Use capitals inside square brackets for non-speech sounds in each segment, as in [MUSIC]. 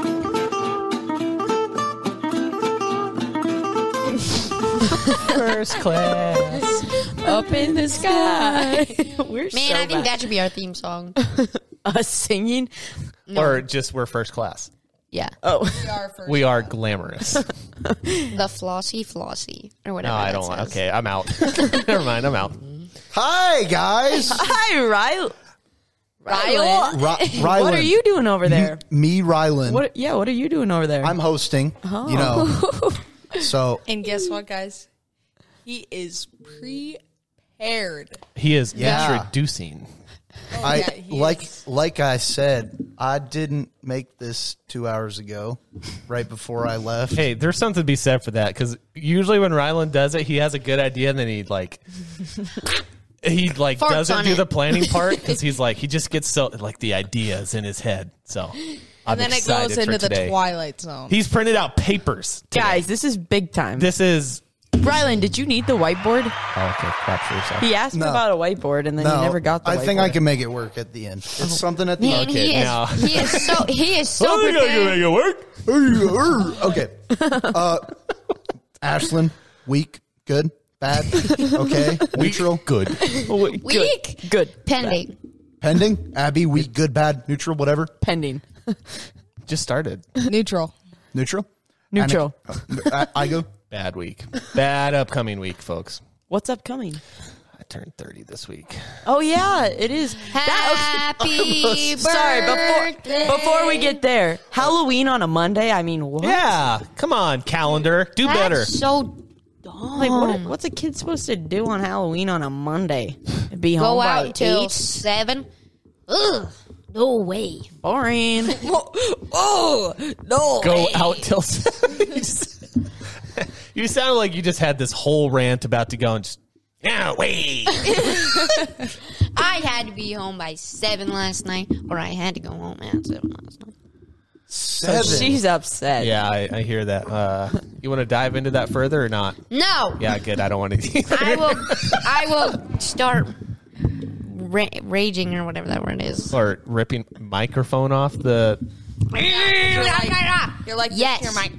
[LAUGHS] First class. Up in the [LAUGHS] sky. We're Man, so I think bad. that should be our theme [LAUGHS] song. us singing. Or just we're first class. Yeah. Oh, We are glamorous. The flossy flossy or No, whatever. I that don't want. says. Okay, I'm out. Never mind, I'm out. Hi, guys. hi, Ryle. Ryle, Ry- Rylan. [LAUGHS] what are you doing over [LAUGHS] there? Me, Rylan. What? Yeah, what are Oh. you doing over there? I'm hosting. You know. [LAUGHS] So And guess what, guys? He is prepared. He is Yeah. introducing. I yeah, he like is. like I said, I didn't make this two hours ago, right before I left. Hey, there's something to be said for that because usually when Rylan does it, he has a good idea and then he like. He like Farts doesn't on do it. the planning part because he's like he just gets so like the ideas in his head. So I'm And then it excited goes for into today. the twilight zone. He's printed out papers. today. Guys, this is big time. this is Rylan, did you need the whiteboard? oh, okay. Clap for yourself. He asked No. about a whiteboard and then No, he never got the I whiteboard. Oh. think I can make it work at the end. It's something at the Man, end. he is now. he is [LAUGHS] so he is so prepared. it work. okay. Uh, [LAUGHS] Ashland, weak, good, [LAUGHS] bad, okay, neutral, Good. Weak. Good. Pending. pending. Abby, weak, good, bad, neutral, whatever, Pending. Just started. [LAUGHS] Neutral. neutral, Neutral. Anik- uh, I, I go. Bad week. Bad upcoming week, folks. What's upcoming? I turned 30 this week. Oh yeah, it is. [LAUGHS] That- Happy Sorry, birthday. before before we get there, Halloween on a Monday. I mean, what? Yeah. Come on, calendar. Do That's better. So Like, what, what's a kid supposed to do on Halloween on a Monday? Be home go by out till eight? seven. Ugh. No way. Boring. Oh no! Go out till [LAUGHS] You sound like you just had this whole rant about to go and just, yeah, wait. I had to be home by seven last night, or I had to go home at seven last night. Seven. She's upset. Yeah, I, I hear that. Uh, you want to dive into that further or not? No. Yeah, good. I don't [LAUGHS] want to. [LAUGHS] I will. I will start ra- raging or whatever that word is. or ripping microphone off the. You're like Yes. You're like,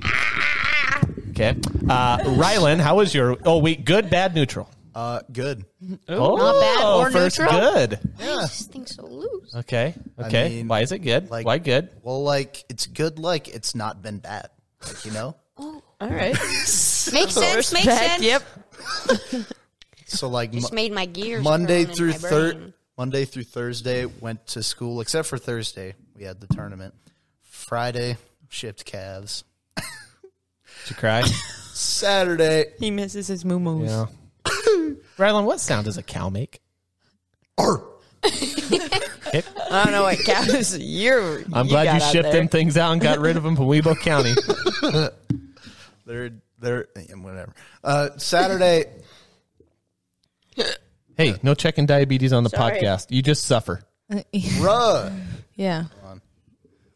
Okay. Uh, Rylan, how was your. Oh, wait. Good, bad, neutral. uh, good. Oh, Not bad or first neutral? good. I just think so loose. Okay. Okay. mean, Why is it good? like- Why good? Well, like it's good. Like it's not been bad. Like, you know. All [LAUGHS] right. Makes sense. Makes Heck, sense. Yep. So like Just Mo- made my gears. Monday turn in through my third brain. Monday through Thursday went to school except for Thursday we had the tournament. Friday shipped calves. Did you cry? Saturday He misses his [LAUGHS] moo yeah. [COUGHS] Rylan, what sound does a cow make? arr, I don't know what cows you're. I'm glad you got out shipped there. them things out and got rid of them from Weibo [LAUGHS] County. they're they're yeah, whatever. Uh, Saturday hey, no checking diabetes on the podcast. You just suffer. bruh. yeah.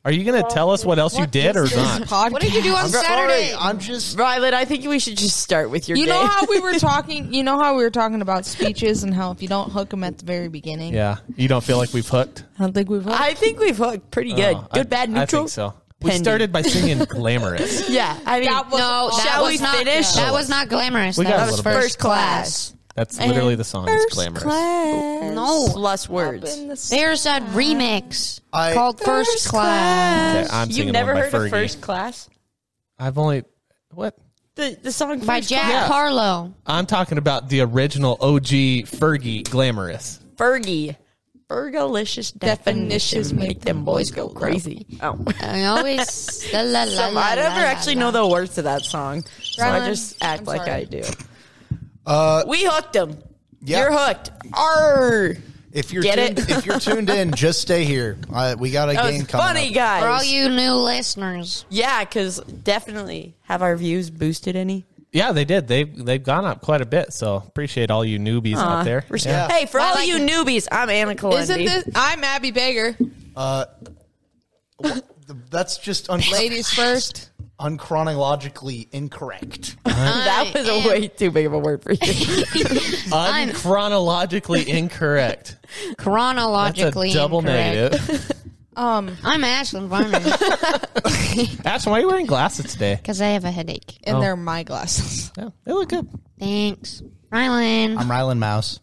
Are you going to tell us what else you did or not? Podcast. What did you do on Saturday? Sorry, I'm just Violet, I think we should just start with your You day. know how [LAUGHS] we were talking. You know how we were talking about speeches and how if you don't hook them at the very beginning, Yeah. You don't feel like we've hooked? I don't think [LAUGHS] we've. I think we've hooked pretty good. Oh, I- Uh, good, bad, neutral. I think so. We Pending. started by [LAUGHS] singing glamorous. Yeah, I mean, That was- no, that Shall was we not, finish? That was not glamorous. We got a that was little first, bit. class. That's literally the song. It's glamorous. no plus words. There's a remix I- called First, Class. Okay, I'm You've singing never one by heard Fergie. of first class? I've only. What? The the song by First Jack Class? Harlow. I'm talking about the original OG Fergie Glamorous. Fergie. Fergalicious definitions make them boys go crazy. [LAUGHS] Oh, I always. la, la, la, so la, I never la, actually la, know la. the words to that song, so I Rylan, just act I'm like sorry. I do. Uh, we hooked them. Yeah. You're hooked. Arr. if you're Get tuned, it? if you're tuned in, just stay here. Uh, we got a That game was coming. funny, up. guys. For all you new listeners, yeah, because definitely have our views boosted any. Yeah, they did. They they've gone up quite a bit. So appreciate all you newbies out there. Res- Yeah. Hey, Uh, for I all like you it. newbies, I'm Anna Calendi. Isn't this? I'm Abby Baker. That's just un- Ladies first. [LAUGHS] unchronologically incorrect. [LAUGHS] that was a am- way too big of a word for you. Unchronologically incorrect. That's a chronologically double incorrect. negative. Um, I'm Ashlyn Varner Ashton, why are you wearing glasses today? because I have a headache. and Oh. they're my glasses. [LAUGHS] Yeah, they look good. Thanks, Rylan. I'm Rylan Mouse.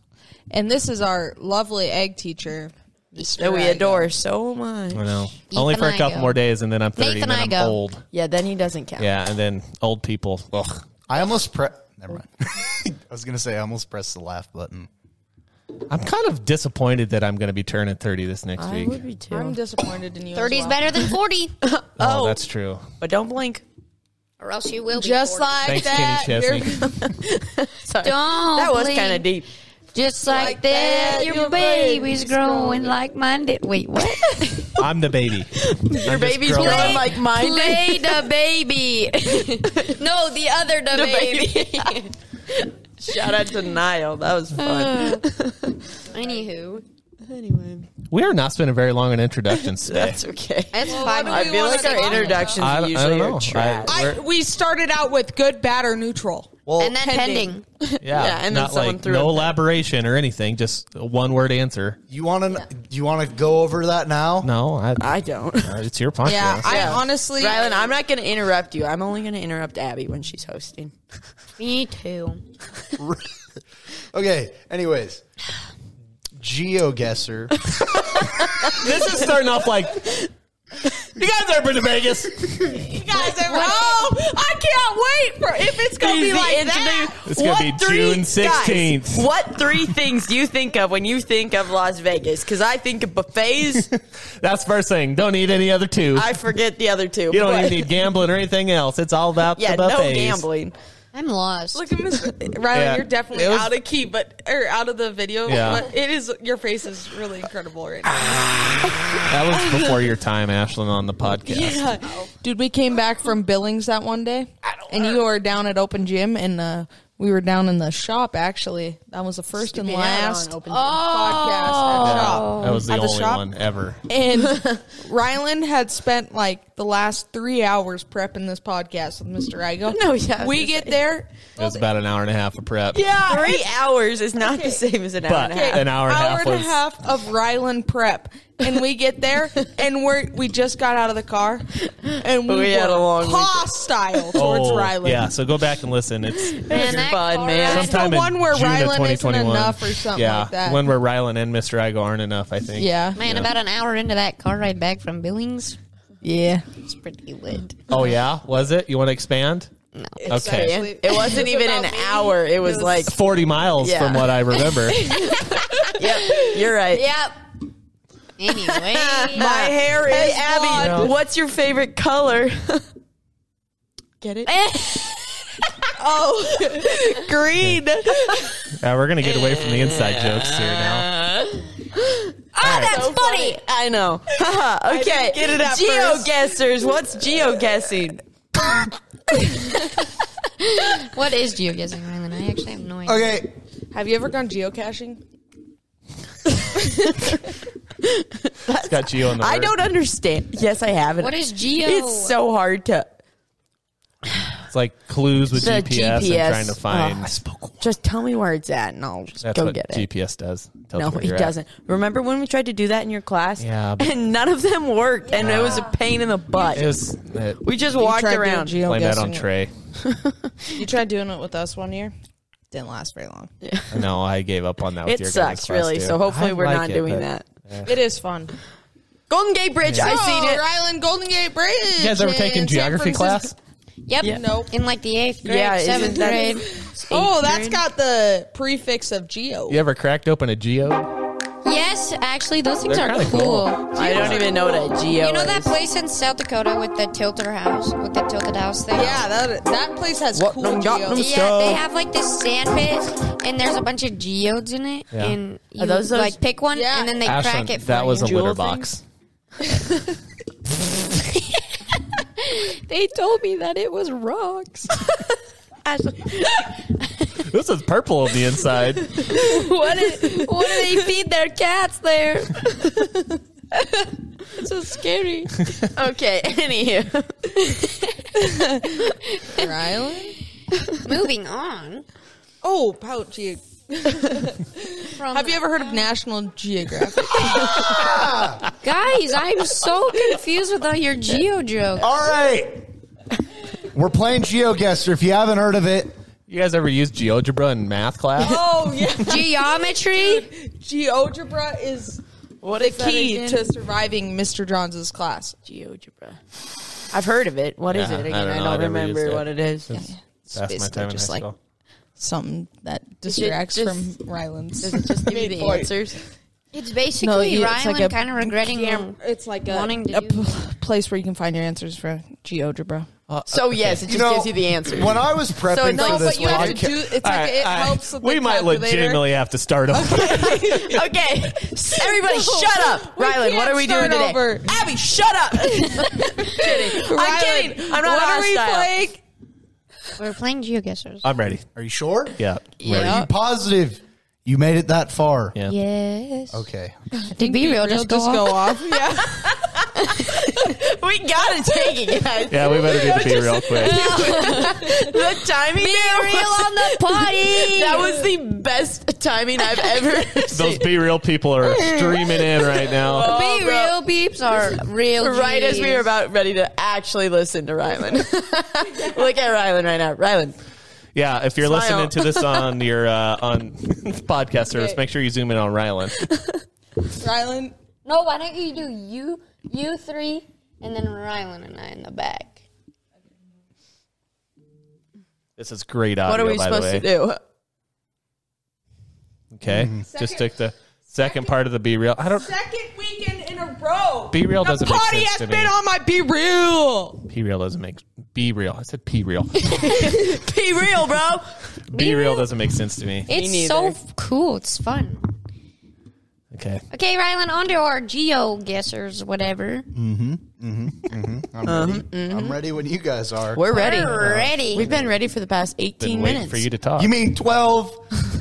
And this is our lovely egg teacher. Mr. that we Igo. adore so much. I know. Ethan Only for a Igo. couple more days, and then I'm 30, Nathan and then I'm Igo. old. Yeah, then he doesn't count. Yeah, and then old people. Ugh. I almost pre. Never [LAUGHS] mind. I was gonna say I almost pressed the laugh button. I'm kind of disappointed that I'm going to be turning 30 this next I week. would be too. I'm disappointed in you. as 30 is well. better than 40, [LAUGHS] Oh, that's true. but don't blink. or else you will be Just 40. like Thanks, that. Kenny you're- Chesney. Sorry. Don't that was blink. kind of deep. Just like, Like that, that, your, your baby's baby's growing like mine did. Wait, what? I'm the baby. Your baby's growing growing up. like mine. did. Play the baby. [LAUGHS] no, the other the, baby. [LAUGHS] Shout out to Niall. That was fun. Anywho, anyway, We are not spending very long on introductions today. that's okay. that's five. I feel like our introductions I- I don't usually know. are trash. I- I, we started out with good, bad, or neutral. Well, and then pending. Yeah, Yeah, and then not someone like threw no a- elaboration or anything. Just a one word answer. you want to you want to go over that now? No, I, I don't. uh, it's your podcast. Yeah, I Yeah. honestly. Rylan, I'm not going to interrupt you. I'm only going to interrupt Abby when she's hosting. Me too. [LAUGHS] okay. Anyways, GeoGuessr. [LAUGHS] this is starting off like. You guys ever been to Vegas? you [LAUGHS] guys are oh, I can't wait for if it's gonna be Easy like introdu- that. It's gonna What be three- June guys, 16th. what three things do you think of when you think of Las Vegas? Because I think of buffets. That's first thing. Don't need any other two. I forget the other two. [LAUGHS] you don't but- even need gambling or anything else. It's all about Yeah, the no buffets. gambling. I'm lost. Look at this, Rylan. Yeah. You're definitely It was- out of key, but or out of the video. Yeah. But it is your face is really incredible right now. That [LAUGHS] was before your time, Ashlyn, on the podcast. Yeah. Dude, we came back from Billings that one day, and you were down at Open Gym, and uh, we were down in the shop. Actually, that was the first and last podcast at shop. That was the At the only shop? one ever. [LAUGHS] And Rylan had spent like the last three hours prepping this podcast with Mr. Igo. [LAUGHS] No, yeah, I was we gonna get there. It was about an hour and a half of prep. Yeah, Three hours is not the same as an hour But- and a half. An hour and a half was- half of Rylan prep, and we get there, and we are we just got out of the car, and we, We had were a long weekend. hostile towards Oh, Rylan. Yeah, so go back and listen. It's Man, that fun, car man. ride- the sometime one in where June of Rylan isn't 2021. enough or something yeah, like that. one where Rylan and Mr. Igo aren't enough, I think. yeah, Man, Yeah. about an hour into that car ride back from Billings, yeah. it's pretty lit. Oh, yeah? Was it? You want to expand? No. Okay. Man, It wasn't even an hour. It was like, 40 miles Yeah. from what I [LAUGHS] remember. yep, you're right. Yep. [LAUGHS] Anyway, [LAUGHS] My hair is Abby. blonde. What's your favorite color? Get it? Eh. [LAUGHS] Green. Yeah, we're going to get away from the inside jokes here now. oh, that's funny. I know. Haha, okay. get it at Geo first. guessers. What's geo guessing? What is geoguessing, Rylan? I actually have no idea. Okay. Have you ever gone geocaching? It's got Geo in the I word. don't understand. Yes, I have it. What is geo? It's so hard to It's like clues with The GPS, GPS. and trying to find. Oh, I just tell me where it's at, and I'll just That's go what get it. GPS does. Tells No, you where it you're at. doesn't. Remember when we tried to do that in your class? Yeah, but- [LAUGHS] And none of them worked, and it was a pain in the butt. It was, uh, we just You walked tried doing around. geoguessing blame that on it. Trey. You tried doing it with us one year. Didn't last very long. No, I gave up on that. With It your guys' sucks, class, really. too. So hopefully I we're like not it, doing but- that. It is fun. Golden Gate Bridge. I seen it. Rylan Golden Gate Bridge. You guys ever taken in San geography class? Francisco. Yep. Nope. In like the eighth grade, Yeah, isn't seventh that- [LAUGHS] grade. Oh, that's got the prefix of geo. You ever cracked open a Geo? Yes, actually, those things They're are kinda cool. cool. I don't even know what a geo You know that is. place in South Dakota with the tilter house, with the tilted house thing? Yeah, that that place has What cool them got geo. them- Yeah, they have like this sand pit, and there's a bunch of geodes in it, Yeah. and you Are those those- like pick one, Yeah. and then they crack it for that you. was a Jewel litter things? box. they told me that it was [LAUGHS] rocks. This is purple on the inside. what, is, what do they feed their cats there? [LAUGHS] it's so scary. Okay, anywho. Rylan? Moving on. Oh, pouch. You From Have you ever heard of National Geographic? guys? I'm so confused with all your geo [LAUGHS] jokes. All right. We're playing GeoGuessr. If you haven't heard of it, You guys ever use GeoGebra in math class? oh yeah, Geometry. GeoGebra is What the is that key again? to surviving Mr. Johns' class. GeoGebra. I've heard of it. What is Yeah, it I again? don't know. I don't, I never remember used it. what it is. That's my basically time in high just like- school. Something that distracts just- from Rylands. Does it just give you the point. answers? It's basically No, you- it's Rylan like a kind of regretting him. It's like a, Wanting to a do- p- place where you can find your answers for GeoGebra. So yes, it just gives you the answers. When I was prepping So it's for like- this but you have podcast- do. It's like All right, all right. we might legitimately have to start [LAUGHS] over. [LAUGHS] okay, [LAUGHS] everybody, shut up. we Rylan, what can't are we doing start today? over. Abby, shut [LAUGHS] up. I'm kidding. I'm not what are we hostile. playing? We're playing GeoGuessers. I'm ready. Are you sure? Yeah. Are you positive? You made it that far. Yeah. yes. Okay. Did be real? Just, Just go. [LAUGHS] go off. off. [LAUGHS] Yeah. we gotta take it, guys. Yeah, we better do the be real quick. [LAUGHS] The timing. there Real was- on the party. [LAUGHS] That was the best timing I've [LAUGHS] ever Those seen. be real people are streaming in right now. Oh, be bro. real beeps are real. Right as we Gs. were about ready to actually listen to [LAUGHS] Rylan. Look at Rylan right now. Rylan, Yeah, if you're Smile. listening to this [LAUGHS] on your uh, on [LAUGHS] podcast service, make sure you zoom in on Rylan. Rylan. No, why don't you do you you three and then Rylan and I in the back. This is great audio, what are we by supposed the way. to do? Okay, Mm-hmm. just take the second part of the be real. I don't. Second weekend in a row. Be real doesn't make Potty sense has to me. been on my be real. Be real doesn't make be real. I said be real. Be real, bro. be real doesn't make sense to me. It's neither. so f- cool. It's fun. Okay. Okay, Rylan, on to our geo guessers, whatever. I'm ready. Mm-hmm. I'm ready when you guys [LAUGHS] are. We're ready. We're ready. We've been ready for the past 18 Been waiting minutes. for you to talk. You mean 12?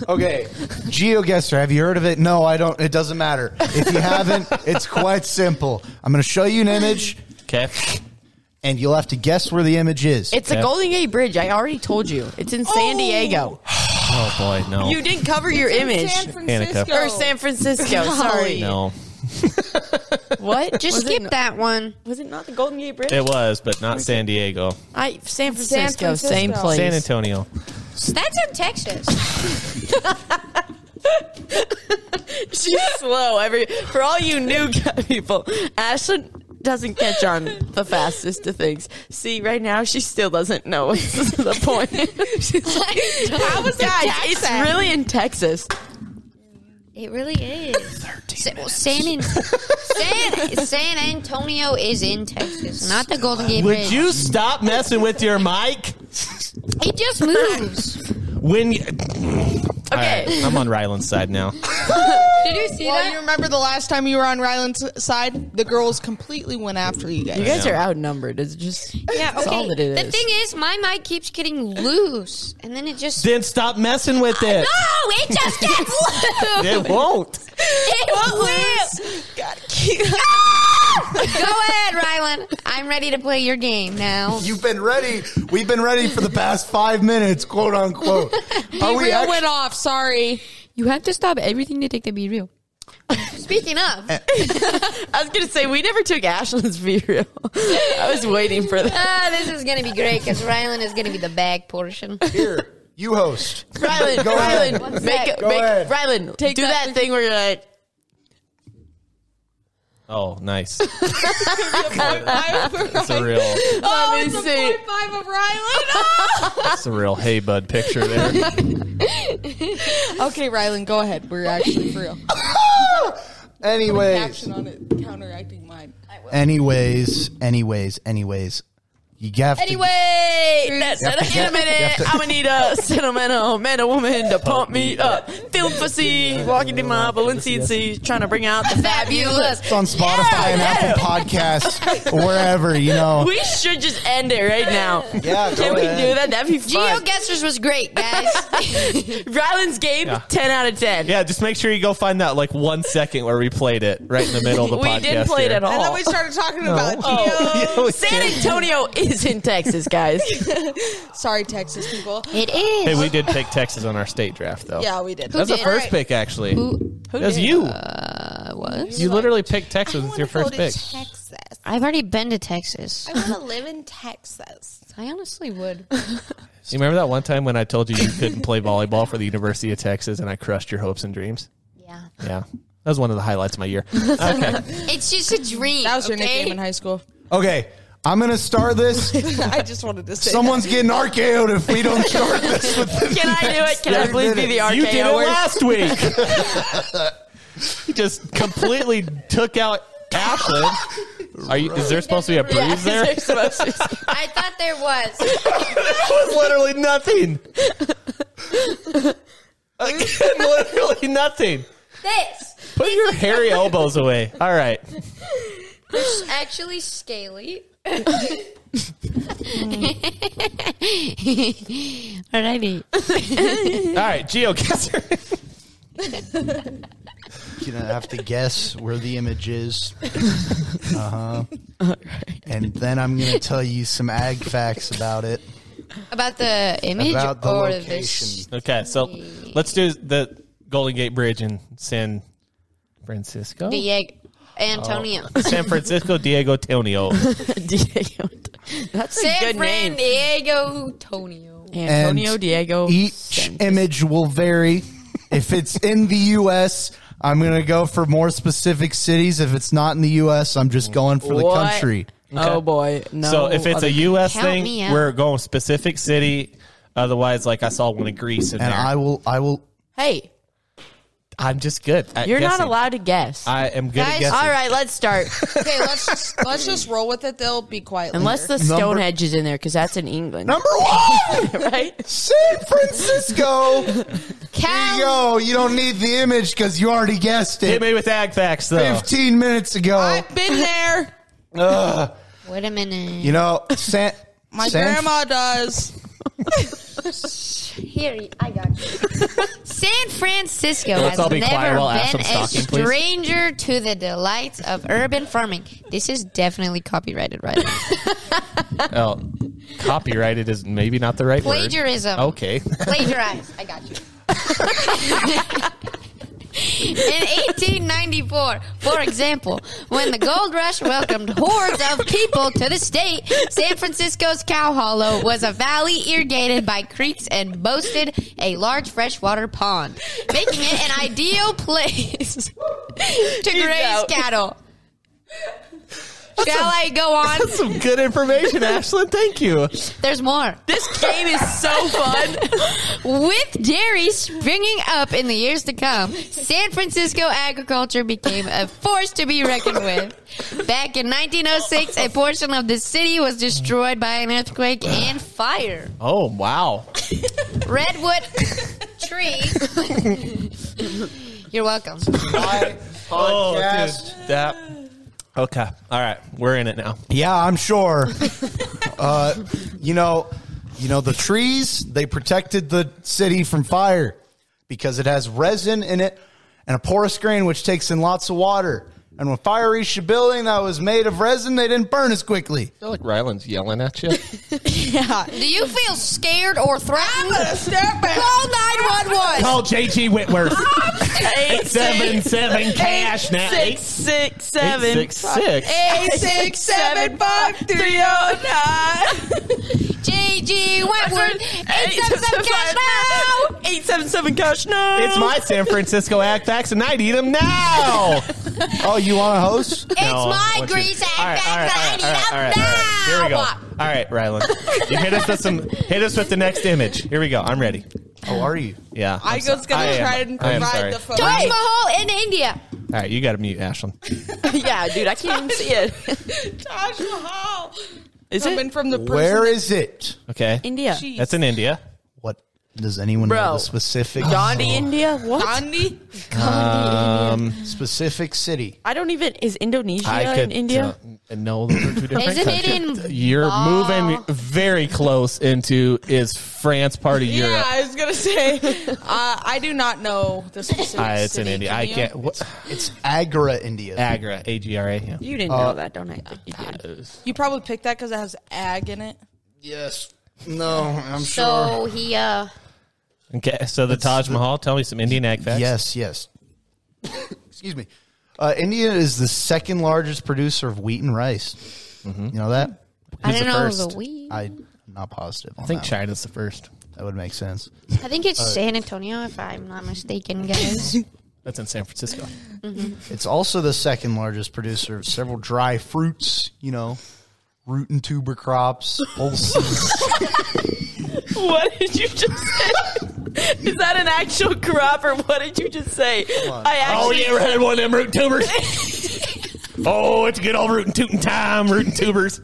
Okay. GeoGuessr, have you heard of it? No, I don't. It doesn't matter. If you haven't, it's quite simple. I'm going to show you an image, okay? and you'll have to guess where the image is. it's Okay. the Golden Gate Bridge. I already told you. It's in San Diego. Oh boy, no. You didn't cover your image. San Francisco. Francisco. or San [LAUGHS] Francisco. Sorry. no. What? [LAUGHS] Just was skip it, that one. Was it not the Golden Gate Bridge? It was, but not San Diego. I, San, Francisco, Francisco. same place. San [LAUGHS] Antonio. That's in [LAUGHS] Texas. She's slow. Every for all you new [LAUGHS] gu- people, Ashlyn doesn't catch on the fastest of things. See, right now she still doesn't know [LAUGHS] what's the point. She's like, "How was guys? It's really in Texas. It really is. Sa- well, San, [LAUGHS] An- San San Antonio is in Texas, not the Golden Gate Bridge. Would you stop messing with your mic? It just moves. When you, Okay. All right, I'm on Rylan's side now. Did you see Well, Oh, you remember the last time you were on Rylan's side? The girls completely went after you guys. You guys are outnumbered. It's just Yeah, That's okay. all that it the is. thing is, my mic keeps getting loose, and then it just Then stop messing with it. no, it just [LAUGHS] gets loose. It won't. It will. Go ahead, Rylan. I'm ready to play your game now. You've been ready. We've been ready for the past five minutes, [LAUGHS] quote unquote. Are we Real actu- went off. Sorry. You have to stop everything to take the be real. Speaking of, I was gonna say we never took Ashlyn's be real. I was waiting for that. ah, this is gonna be great because Rylan is gonna be the bag portion. here? You host. Rylan, Go ahead. Rylan, make, it- Go make ahead. Rylan, take do that, thing where you're like, Oh, nice. It's [LAUGHS] It's a real, let me a see. point five of Rylan. it's a real hey bud picture there. [LAUGHS] Okay, Rylan, go ahead. We're actually for real. Anyways, [LAUGHS] Action on it, counteracting mine. anyways, anyways, anyways. You have to- Anyway, that's it. in a minute, [LAUGHS] I'm gonna need a sentimental man or woman to pump me up. Feeling for sea, walking in my Balenciaga, trying to bring out the fabulous. It's on Spotify and Apple Podcasts, wherever, you know. [LAUGHS] We should just end it right now. Yeah, Can go we ahead. do that? That'd be fun. GeoGuessers was great, guys. Rylan's game, Yeah. 10 out of 10. Yeah, just make sure you go find that like one second where we played it right in the middle of the we podcast. didn't play it here. at all. [LAUGHS] And then we started talking about Oh. Geo. Yeah, we San did. Antonio is is in Texas, guys. Sorry, Texas people. It is. Hey, we did pick Texas on our state draft, though. Yeah, we did. That's the did? first Alright. pick, actually. Who- That's you. uh, was. you literally picked Texas want as to your go first to pick. Texas. I've already been to Texas. I want to live in Texas. I honestly would. You remember that one time when I told you you couldn't play volleyball for the University of Texas and I crushed your hopes and dreams? Yeah. Yeah. That was one of the highlights of my [LAUGHS] year. Okay. It's just a dream. That was your okay? nickname in high school. Okay, I'm gonna start this. [LAUGHS] I just wanted to [LAUGHS] say. Someone's getting RKO'd if we don't start this. With the Can I do it? Can I Yeah, please be the RKO? you did it word? [LAUGHS] last week. He just completely took out Ashlyn. Are you, is there supposed to be a breeze Yeah, [LAUGHS] there? is there supposed to- I thought there was. was literally nothing. Again, [LAUGHS] literally nothing. This Put your hairy elbows away. All right. is actually scaly. [LAUGHS] Alrighty. All right, geocaster. [LAUGHS] You're gonna have to guess where the [LAUGHS] image is. Uh huh. And then I'm gonna tell you some ag facts about it. About the image About the or location. Okay, so let's do the Golden Gate Bridge in San Francisco. the Diego Antonio. San Francisco Diego Tonio. Diego. That's a [LAUGHS] San good Fran name. Diego Antonio. Antonio And Diego. Each Sanchez. image will vary. If it's in the U.S., I'm gonna go for more specific cities. If it's not in the U.S., I'm just going for the What? country. Oh boy, no. so if it's other- a U.S. Count thing, me out. we're going specific city. Otherwise, like I saw one in Greece, in And there. I will. I will. hey, I'm just good. At you're guessing. not allowed to guess. I am good at Guys, guessing. All right, let's start. okay, let's just let's just roll with it. They'll be quiet. Unless the later. Stonehenge Number- is in there, because that's in England, Number one, [LAUGHS] right? San [LAUGHS] Francisco. Here you Cal go. You don't need the image because you already guessed Hit it. me with ag facts though. 15 minutes ago. I've been there. Wait a minute. You know, San, My San- grandma does. Here, I got you. [LAUGHS] San Francisco Let's has all never be quiet while I have been some a stocking, please. stranger to the delights of urban farming. This is definitely copyrighted, [LAUGHS] right? [LAUGHS] Oh, copyrighted is maybe not the right Plagiarism. word. Okay. [LAUGHS] Plagiarize. I got you. In 1894, for example, when the gold rush welcomed hordes of people to the state, San Francisco's Cow Hollow was a valley irrigated by creeks and boasted a large freshwater pond, making it an ideal place to graze out. cattle. Shall I go on? Some good information, Ashlyn. Thank you. There's more. This game is so fun. With dairy springing up in the years to come, San Francisco agriculture became a force to be reckoned with. Back in 1906, a portion of the city was destroyed by an earthquake and fire. Oh wow. Redwood trees. You're welcome. Oh, Podcast. dude, that. Okay. All right. We're in it now. Yeah, I'm sure. uh, you know, you know the trees. They protected the city from fire because it has resin in it and a porous grain which takes in lots of water. And when fire reached a building that was made of resin, they didn't burn as quickly. feel like Ryland's yelling at you. Do you feel scared or threatened? Step back. Call [LAUGHS] 911. Call JG [LAUGHS] Whitworth. Eight, seven seven cash now. six, six, seven, Eight, six, six. eight, six, seven, five, three, oh, nine. JG Wentworth. Eight, seven, seven, 877 cash five, now. nine. Eight, seven, seven, cash now. It's my San Francisco Act Facts, and I'd eat them now. Oh, you want to host? It's No, I my want you- grease All right, and all right, all right, all right, all right, all right. Here we go. All right, Ryland, you hit us with some. Hit us with the next image. Here we go. I'm ready. Oh, are you? Yeah. I I'm so- was gonna I am- try and I am provide sorry. the phone. Taj [LAUGHS] Mahal in India. All right, you got to mute Ashlyn. [LAUGHS] yeah, dude, I can't even see it. Taj Mahal. Is Coming it from the person Where that- is it? Okay. India? Jeez. That's in India. What does anyone know Bro. the specific Gandhi, India? What? Gandhi? Um, specific city? I don't even. Is Indonesia I could in India? tell- no, those are two different Isn't it countries. in You're Ba- moving very close into is France part of Yeah, Europe? I was gonna [LAUGHS] say, uh, I do not know the specific. Uh, it's in city. India. Can I you? can't. What? It's Agra, India. Agra, A G R A. Yeah. You didn't know that, don't I? think you did. You probably picked that because it has ag in it. Yes. No, I'm So he uh Okay, so the Taj Mahal. Tell me some Indian ag facts. Yes, yes. [LAUGHS] Excuse me. Uh, India is the second largest producer of wheat and rice. You know that? I Who's Mm-hmm. don't the know first? the weed. I, I'm not positive on I think that. China's the first. That would make sense. think it's San Antonio if I'm not mistaken, guys. That's in San Francisco. It's also the second largest producer of several dry fruits, you know, root and tuber [LAUGHS] crops, pulses. [LAUGHS] What did you just say? [LAUGHS] Is that an actual crop or what did you just say? I Oh, actually you ever had one of them root tubers? oh, it's a good old rootin' tootin' time, rootin' tubers.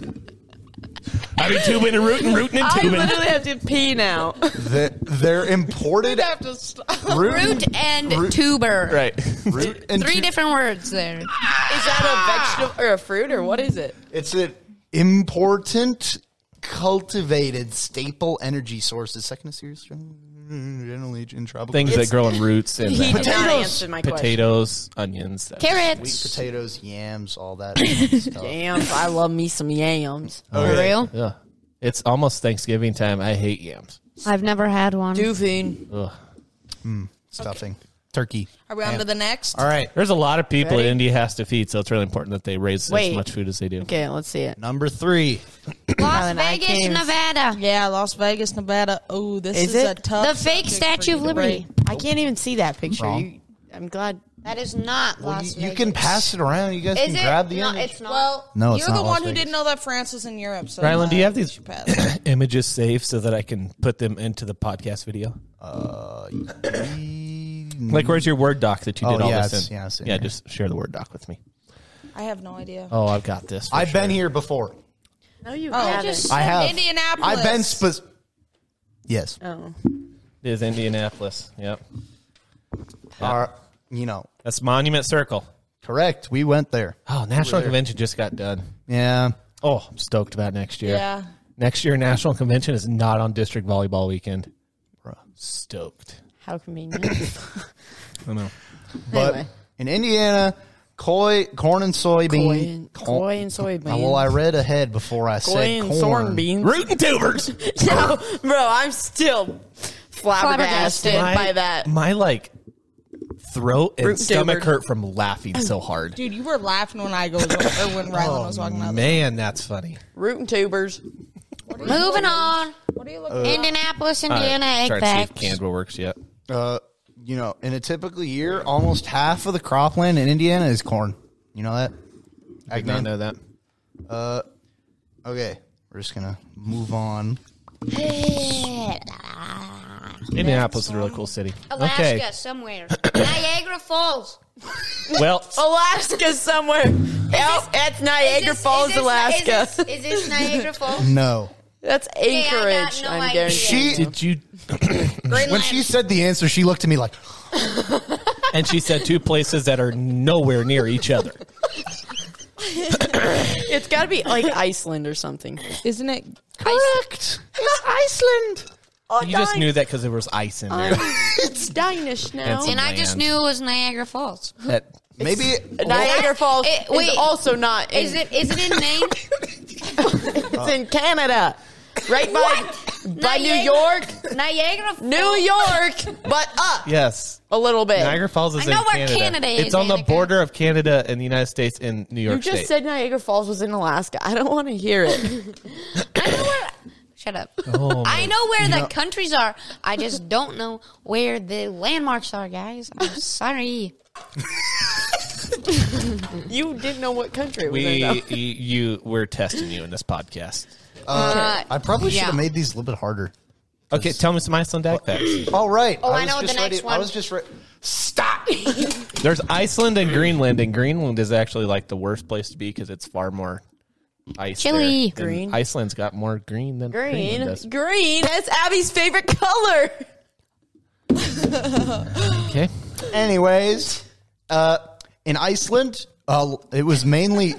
I be tubing and rootin', rootin' and I tubing. literally have to pee [LAUGHS] now. They're, they're imported have to stop. root, Root and Root. tuber. Right. root and Three tu- different words there. Is that a vegetable or a fruit or what is it? It's an important cultivated staple energy source. The second series generally in tropical Things It's- that grow in roots and He did not Potatoes. answer my question. potatoes, onions. that- Sweet Carrots. potatoes, yams, all [LAUGHS] that stuff. Oh, Yams. I love me some yams. For real? Ugh. It's almost Thanksgiving time. I hate yams. I've never had one. Doofing. Ugh. Stuffing. Turkey. Are we on to the next? All right. There's a lot of people Ready? that India has to feed, so it's really important that they raise Wait. as much food as they do. Okay, let's see it. Number three. Las Having eye Vegas, caves. Nevada. Yeah, Las Vegas, Nevada. Oh, this Is is, it? a tough. The fake subject for Statue you of to Liberty. rate. I can't even see that picture. Wrong. You, I'm glad. That is not Well, Las you, you Vegas. can pass it around. You guys Is can it? grab the no, image. it's not. Well, No, it's you're not the Las one who Vegas. didn't know that France is in Europe. So Rylan, do you have these- should pass. [CLEARS THROAT] Images saved so that I can put them into the podcast video. Like, where's your Word doc that you Uh, Oh, did all yeah, this it's- in? yeah, it's in yeah here. just share the Word doc with me. I have no idea. Oh, I've got this. for I've been sure. here before. No, you I haven't. just I said have. Indianapolis. I've been. Spe- yes. oh. It is Indianapolis. Yep. Are, you know, That's Monument Circle. correct. We went there. Oh, National Convention just got done. Yeah. Oh, I'm stoked about next year. Yeah. Next year, National Convention is not on District Volleyball Weekend. Stoked. [COUGHS] How convenient. I know. But Anyway. in Indiana, coy, corn and soybean. Coy- corn- coy and soybean. Well, I read ahead before I said [LAUGHS] corn. Rootin' tubers. No, bro, I'm still flabbergasted Flabbergasted. by that. My like throat and Root stomach tubered. hurt from laughing so hard. Dude, you were laughing when I go [LAUGHS] or when Rylan was walking out. Oh, Man, that's funny. Rootin' tubers. Moving on. Uh, What are you looking? Indianapolis, All right, Indiana, egg trying to see if facts. Canva works yet. Uh, you know, in a typical year, almost half of the cropland in Indiana is corn. You know that? Uh, I did not know that. Okay, we're just gonna move on. Indianapolis is a really cool city. Alaska, Okay. somewhere. [COUGHS] Niagara Falls. Well, Oh. Alaska somewhere. Nope, that's Is Niagara this- Falls, is this- Alaska. Is this, is this Niagara Falls? No, [LAUGHS] that's I got Anchorage. no I'm idea. guaranteeing. she did you? when she said the answer, she looked at me like, And she said two places that are nowhere near each other. It's got to be [LAUGHS] like Iceland or something. Isn't it? "Correct, it's Iceland." You just knew that because there was ice in there. it's Danish now. It's- And I just Land. knew it was Niagara Falls. That- Maybe Niagara Falls It- is wait. also not. In, Is it? Is it in Maine? [LAUGHS] It's in Canada, right by by New Niagara- York, Niagara Falls. New York, but up yes. a little bit. Niagara Falls is I know in where Canada. Canada is, It's on the Danica. border of Canada and the United States in New York you just State. said Niagara Falls was in Alaska. I don't want to hear it. I know where. Shut up. Oh, my- I know where the countries are. I just don't know where the landmarks are, guys. I'm sorry. [LAUGHS] you didn't know what country it was we in. though. y- you we're testing you in this podcast. Uh, I probably should yeah. have made these a little bit harder. Okay, tell me some Iceland ag facts. All right. Oh, I was know just the next ready- I one. was just re- stop. There's Iceland and Greenland, and Greenland is actually like the worst place to be because it's far more ice. there. Chilly. And Green. Iceland's got more green than Greenland Green, does. green. That's Abby's favorite color. Okay. Anyways, uh, in Iceland, uh, it was mainly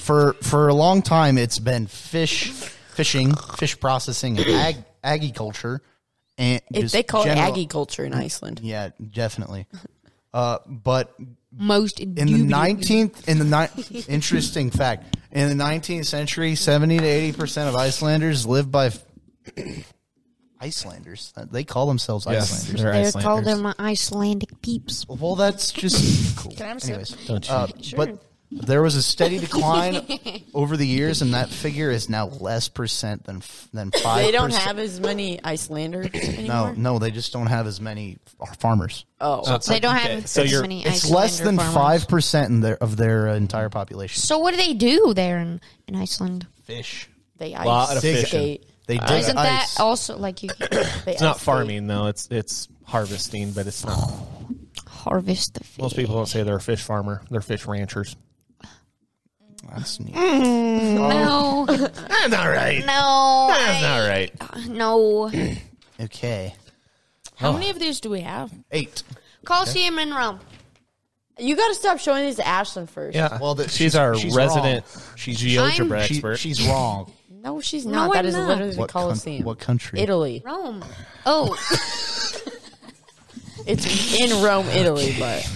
for for a long time. It's been fish, fishing, fish processing, and ag- agriculture, and It, just they call general- it Aggie culture in Iceland. Yeah, definitely. Uh, but Most in the nineteenth, in the [LAUGHS] ni- interesting fact, in the nineteenth century, seventy to eighty percent of Icelanders live by f- Icelanders. Uh, They call themselves Icelanders. they're They Icelanders. call them Icelandic peeps. Well, that's just cool. Can I have a sip? Anyways, Don't you? [LAUGHS] uh, but there was a steady decline [LAUGHS] over the years, and that figure is now less percent than f- than five. They don't have as many Icelanders anymore. [CLEARS THROAT] no, no. They just don't have as many f- farmers. Oh, So they don't have okay, as so you're- many It's less than Icelander farmers. five percent in their of their uh, entire population. So what do they do there in, in Iceland? Fish. they lot ice of skate. fishing. They Uh, dig Isn't ice. that also like you [COUGHS] They It's not ice skate. farming though. It's it's harvesting, but it's not. harvest the fish? Most people don't say they're a fish farmer. They're fish ranchers. That's neat. [LAUGHS] No, That's not right. no, That's not right. no. Okay. How many of these do we have? Eight. Colosseum in Rome. You got to stop showing these to Ashlyn first. Yeah. Well, Well, that- Uh, she's our she's resident. She's I'm- GeoGebra She- expert. she's wrong. No, she's not. No, that I'm is not. literally the What coun- Colosseum. what country? Italy. Rome. Oh, It's in Rome, Italy, [LAUGHS] but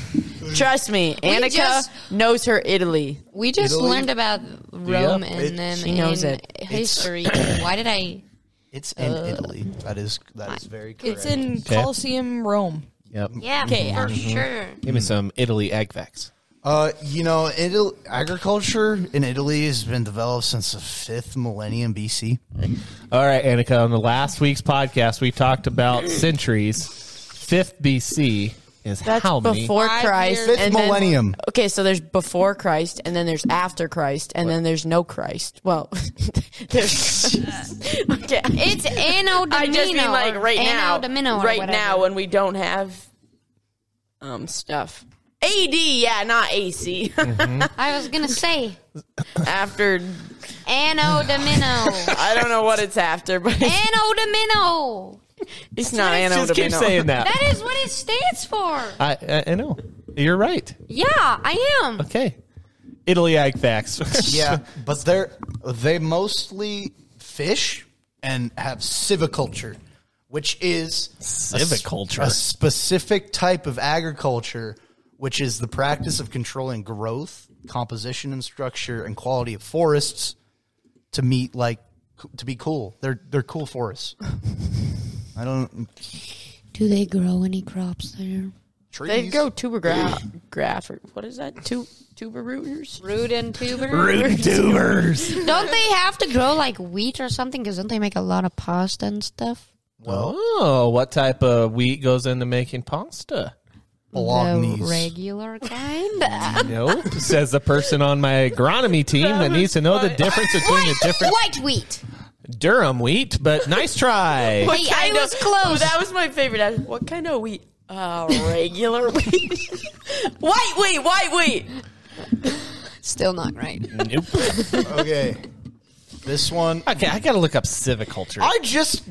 trust me, Annika just- knows her Italy. we just Italy? learned about Rome and It- them She knows in it. [CLEARS THROAT] history. Why did I? It's in Uh, Italy. That is that is very correct. It's in Colosseum, Rome. Yep. Yeah, for sure. Give me some Italy egg facts. Uh, you know, Ital- agriculture in Italy has been developed since the fifth millennium BC. All right, Annika. On the last week's podcast, we talked about centuries. Fifth BC is That's how many? before Five Christ. years. Fifth and then- [LAUGHS] millennium. okay, so there's before Christ, and then there's after Christ, and then there's no Christ. Well, [LAUGHS] [LAUGHS] there's. [LAUGHS] okay. It's Anno Domino. [LAUGHS] I just mean like or right now. Anno Domino or right whatever. now when we don't have um stuff. AD, yeah, not AC. I was gonna say [LAUGHS] after [LAUGHS] Anno Domino. I don't know what it's after, [LAUGHS] but [LAUGHS] it's, Anno Domino. it's not Anno Just keep Domino. saying that. That is what it stands for. [LAUGHS] I, I I know. You're right. Yeah, I am. Okay. Italy egg [LAUGHS] facts. Yeah, but they're they mostly fish and have civiculture, which is a sp- Civiculture? a, specific type of agriculture, which is the practice of controlling growth, composition, and structure, and quality of forests to meet like c- to be cool. They're they're [LAUGHS] cool forests. I don't Do they grow any crops there? trees. They go tuber graph, graph or what is that? Tu- tuber rooters? Root and tuber. [LAUGHS] [LAUGHS] Root tubers. Don't they have to grow like wheat or something? Because don't they make a lot of pasta and stuff? Oh, what type of wheat goes into making pasta? The [LAUGHS] Bolognese. regular kind. No, says the person on my agronomy team that needs to know the difference between the different White wheat. Durham wheat. But nice [LAUGHS] try. Hey, I kind of- oh, was close. That was my favorite. I- What kind of wheat? Uh, regular wheat. [LAUGHS] white wheat, white wheat. Still not right. Nope. Okay, this one. Okay, I gotta look up civiculture. I just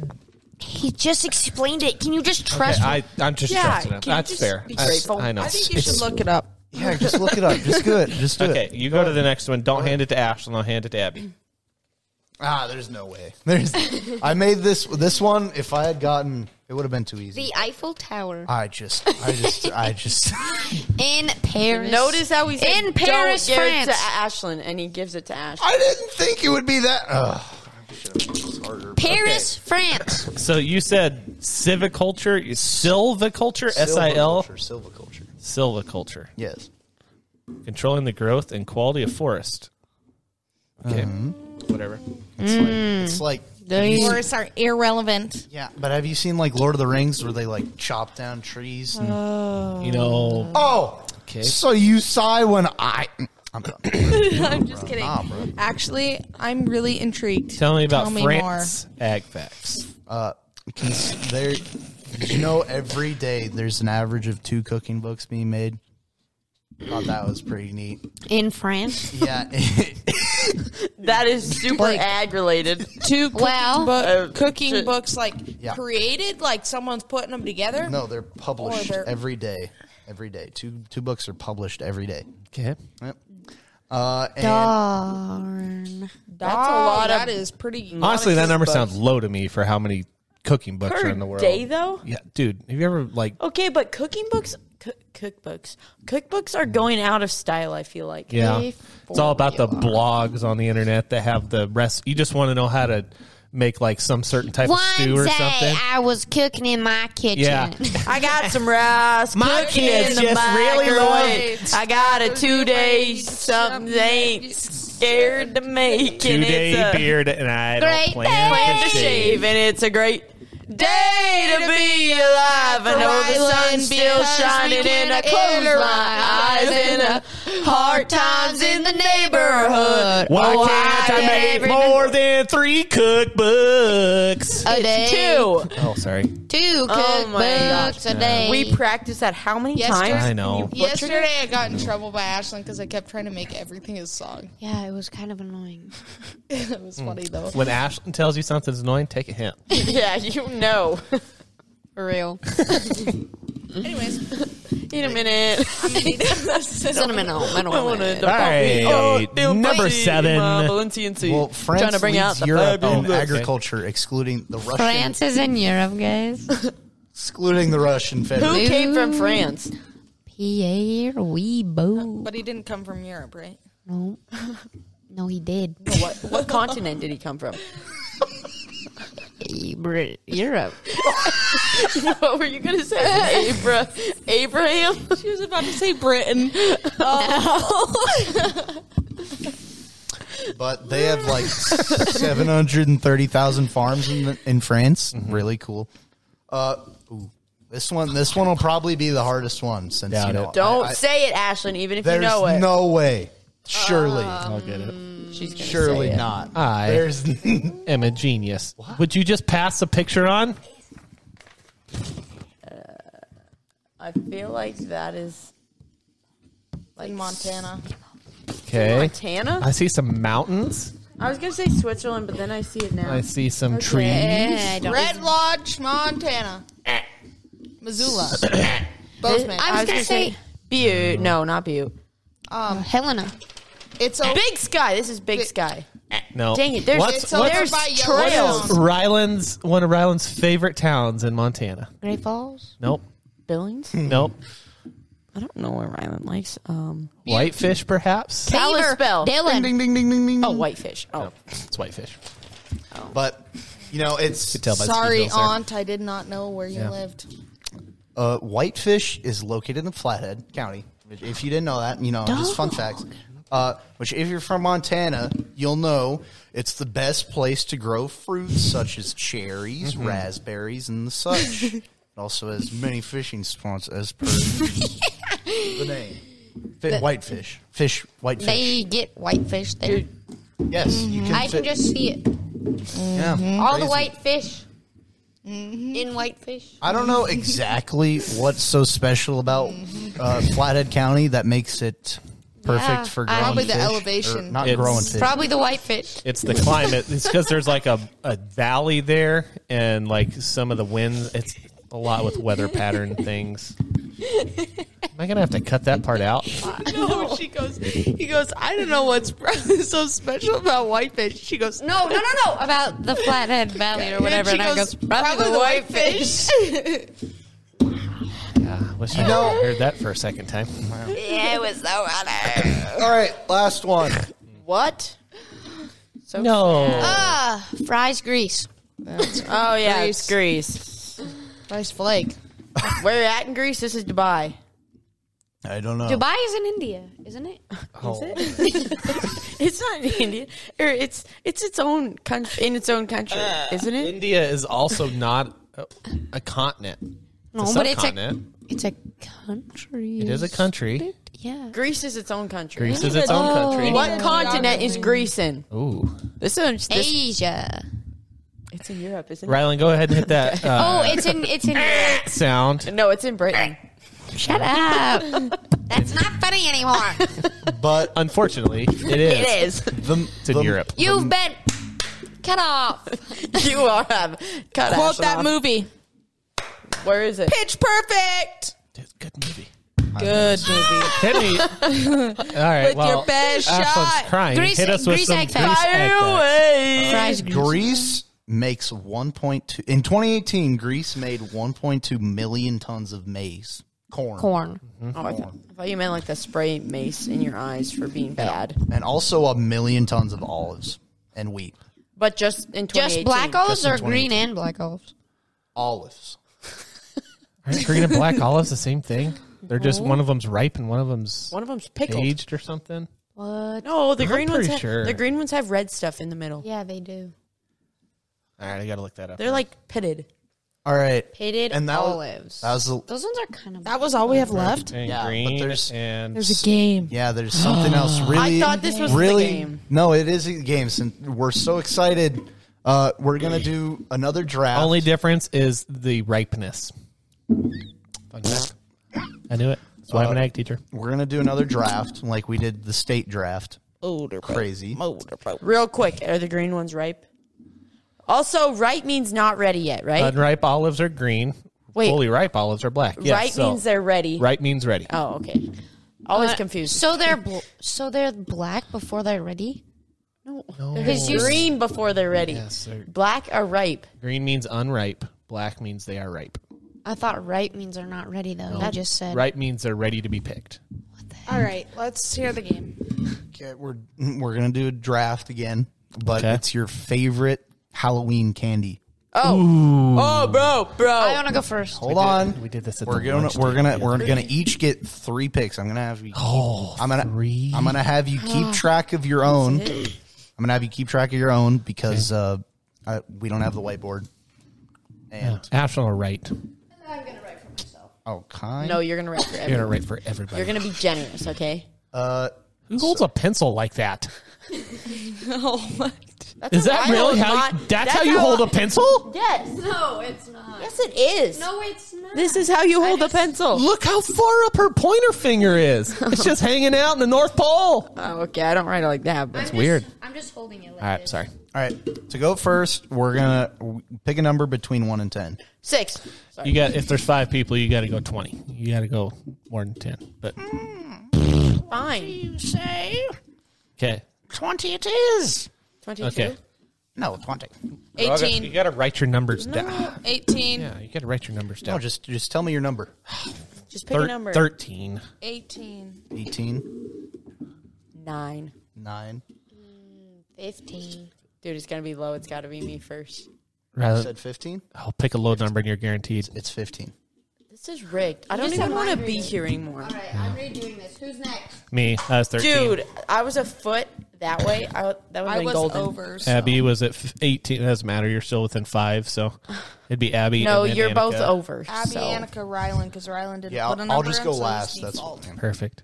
He just explained it. Can you just trust me? I, I'm just Yeah, trusting it. can you That's just fair. be That's- grateful? I know. I think you should look it up. yeah, just look it up. Just do it. Just do it. okay, you go to the next one. Don't hand it to Ashlyn. I'll hand it to Abby. Ah, there's no way. There's. I made this this one. If I had gotten, it would have been too easy. the Eiffel Tower I just, I just, [LAUGHS] I just. in Paris. Notice how he said, in Paris, Don't give it France. to Ashlyn, and he gives it to Ashlyn. I didn't think it would be that. Ugh. Paris, France. So you said civiculture, silviculture, S I L, silviculture. silviculture, Yes. controlling the growth and quality of forest. Okay, whatever. Hmm. Mm. It's like. Forests are irrelevant. Yeah, but have you seen like Lord of the Rings where they like chop down trees? And, Uh. You know, oh, okay. so you sigh when I. I'm done. [LAUGHS] I'm just kidding. Actually, I'm really intrigued. Tell me about Tell me France ag facts. Uh, cons- there, did you know, every day there's an average of two cooking books being made. Thought that was pretty neat. In France. Yeah, [LAUGHS] That is super Like- ag [LAUGHS] related. Two cooking, Well- book- Uh, cooking to- books, like Yeah. created, like someone's putting them together. No, they're published they're- every day. Every day, two two books are published every day. Okay, Yep. Uh, and Darn. That's a lot. That is pretty. honestly, that number sounds low to me for how many cooking books Per around the world. day, though? Yeah, dude. Have you ever like? Okay, but cooking books, cook cookbooks, cookbooks are going out of style. I feel like. Yeah, They it's all about the for you. blogs on the internet that have the rest. You just want to know how to make like some certain type One of stew or day something. I was cooking in my kitchen. [LAUGHS] Yeah. I got some rice. My cooking kids in the just really microwave. love I got a two day something they ain't scared to make. Two and it's day a beer tonight. Great Plan to shave, and it's a great day to be alive. I know the sun's still shining, and I close my eyes in a hard times in the neighborhood. Why Oh, can't I did make every- more than three cookbooks? A day. Two. Oh, sorry. Two Oh my cookbooks a day. We practice that how many Yesterday- times? I know. Yesterday, I got in trouble by Ashlyn because I kept trying to make everything his song. [LAUGHS] yeah, it was kind of annoying. It was Hmm. funny though. When Ashton tells you something's annoying, take a hint. [LAUGHS] Yeah, you know. For [LAUGHS] real. Anyways, In a [LAUGHS] minute. Cinnamon on, [LAUGHS] I want to Oh, All right, number seven. Well, France trying to bring out leads the Europe in fabulous. agriculture, excluding the Russian, France is in Europe, [LAUGHS] guys. excluding the Russian Who Federation. came from France? [LAUGHS] Pierre Weibo. but he didn't come from Europe, [LAUGHS] right? No. No, [LAUGHS] he did. What, what continent did he come from? Abra- Europe. [LAUGHS] What were you going to say? [LAUGHS] Abra- Abraham? She was about to say Britain. But they have like 730,000 farms in, the, in France. Mm-hmm. Really cool. Uh, ooh, this one, this one will probably be the hardest one since Doubt you know. it. Don't I- I- say it, Ashlyn, even if you there's know it. no way. Surely, I'll get it. Um, She's gonna surely say it. not. I- There's [LAUGHS] Am a genius. Would you just pass the picture on? I feel like that is like In Montana. Okay. Montana? I see some mountains. I was going to say Switzerland, but then I see it now. I see some trees. I don't. Red Lodge, Montana. Eh. Missoula. [COUGHS] Bozeman. I was gonna gonna say- Butte. No, not Butte. Um, Helena. it's over, Big Sky. This is Big Sky. No. Dang it. There's, What's- it's over there's by trails. Yellowstone. Ryland's one of Ryland's favorite towns in Montana. Great Falls. Nope. Billings? Hmm. Nope. I don't know where Ryland likes. Um, Whitefish, perhaps. Kalispell. Dylan. ding ding ding ding ding. Oh, Whitefish. Oh, It's whitefish. But you know, it's Tell by the ski Sorry, hills there. aunt. I did not know where you Yeah. lived. Uh, Whitefish is located in Flathead County. If you didn't know that, you know, just fun facts. Uh, which, if you're from Montana, you'll know it's the best place to grow fruits such as cherries, Mm-hmm. raspberries, and the such. [LAUGHS] it also has many fishing spots as per the name. Fi whitefish. Fish, whitefish. They get whitefish there. yes, you can. I can fi- just see it. yeah, All the crazy. white fish. In whitefish. I don't know exactly what's so special about uh, Flathead County that makes it perfect Yeah, for I- growing Probably the fish, elevation. or not It's- growing fish. Probably the whitefish. It's the climate. It's because there's like a, a valley there and like some of the winds. It's a lot with weather pattern things. Am I going to have to cut that part out? [LAUGHS] No, she goes. He goes. I don't know what's [LAUGHS] so special about whitefish. She goes. No, no, no, no. About the Flathead Valley or whatever. she And, I goes, goes, probably, the whitefish. I Ah, wish I had heard that for a second time. yeah, it was so honor. All right, last one. [LAUGHS] What? So No. Ah, fries grease. Oh yeah, it's Greece. Rice flake. Where you at in Greece? This is Dubai. I don't know. Dubai is in India, isn't it? [LAUGHS] It's not India. Or it's it's its own country in its own country, isn't it? India is also not a, a continent. No, It's a but it's a subcontinent. it's a country. It is a country. Yeah. Greece is its own country. Greece is its own country. What continent is Greece in? Ooh. This is this, Asia. it's in Europe, isn't it? Rylan, go ahead and hit that uh, Oh, it's in it's in. sound. No, it's in Britain. [LAUGHS] Shut up. [LAUGHS] That's not funny [LAUGHS] anymore. But Unfortunately, it is. It is. the, It's in the- Europe. You've been cut off. [LAUGHS] you are have cut Ashlyn Quote that off. movie. Where is it? Pitch perfect. Dude, Good movie. Good movie. Hit me. All right. With well, your best Ashlyn's shot. crying. Grease- Hit us with grease some egg grease facts. egg facts. away. Fries grease. Greece makes 1.2 in 2018 Greece made 1.2 million tons of maize, corn. Corn. Oh, I, th- I thought you meant like the spray mace in your eyes for being bad. And also a million tons of olives and wheat. But just in 2018. Just black olives or Just in green and black olives? Olives. Aren't green and black olives the same thing? They're just one of them's ripe and one of them's One of them's pickled. aged or something. What? No, the green ones. pretty Have, sure. The green ones have red stuff in the middle. Yeah, they do. All right, I gotta look that up. They're like pitted. All right. Pitted And that was- olives. That was the, Those ones are kind of. That was all we have left. and yeah, but green there's- and There's a game. yeah, there's something else really thought this was the really, game. No, it is a game since we're so excited. Uh, we're going to do another draft. only difference is the ripeness. I knew it. That's why I'm an ag teacher. we're going to do another draft like we did the state draft. Older, Crazy. Real quick, are the green ones ripe? Also, ripe means not ready yet, right? Unripe olives are green. Wait. Fully ripe olives are black. Uh, Yeah, ripe so- means they're ready. ripe means ready. Oh, okay. Always confused. Uh, So they're bl- so they're black before they're ready. no, Because you green before they're ready. they're- Black are ripe. Green means unripe. Black means they are ripe. I thought ripe means they're not ready though. You just said Ripe means they're ready to be picked. All right, let's hear the game. Okay, we're we're going to do a draft again, but Okay. it's your favorite Halloween candy. Oh, oh, bro, I bro. want to go first. Hold on. We did this at We're the gonna lunch we're table gonna the we're other gonna day. each get three picks. I'm gonna have you. Oh, I'm gonna three. I'm gonna have you keep track of your own. I'm gonna have you keep track of your own because uh, I, we don't have the whiteboard. And Ashton will write. oh, kind. No, you're gonna write for You're gonna everyone. write for everybody. You're gonna be generous, okay? Uh, Who holds a pencil like [LAUGHS] that? Oh That's Is a that wild really how? lot- you- that's, how you hold a [LAUGHS] pencil? Yes, No, it's not. yes, it is. No, it's not. This is how you hold a pencil. Look how far up her pointer finger is. It's just hanging out in the North [LAUGHS] Pole. Oh, okay, I don't write it like that, but It's weird. I'm just holding it. Like All right, sorry. all right. To go first, we're gonna w- pick a number between one and ten. six. Sorry. You got if there's five people, you got to go twenty. You got to go more than ten. But Fine. okay, Twenty it is. Twenty-two. okay. No, twenty. 18. You got to write your numbers down. 18. Yeah, you got to write your numbers No, down. just just tell me your number. Just pick a Thir- number. Thirteen. 18. 18, Nine. 9. Fifteen. Dude, it's gonna be low. It's gotta be me first. You Rather, said fifteen. I'll pick a low number and you're guaranteed. It's fifteen. This is rigged. I don't even want to be here anymore. All right, I'm redoing this. Who's next? Me, I was thirteen. Dude, I was a foot that way. I, that would have I been was golden. over. so- Abby was at f- 18. It doesn't matter. You're still within five, so it'd be Abby. No, and then you're Annika. both over. Abby, so. Annika, Ryland, because Ryland didn't Yeah, put a I'll, number I'll just in, go so it's last. That's default. Perfect.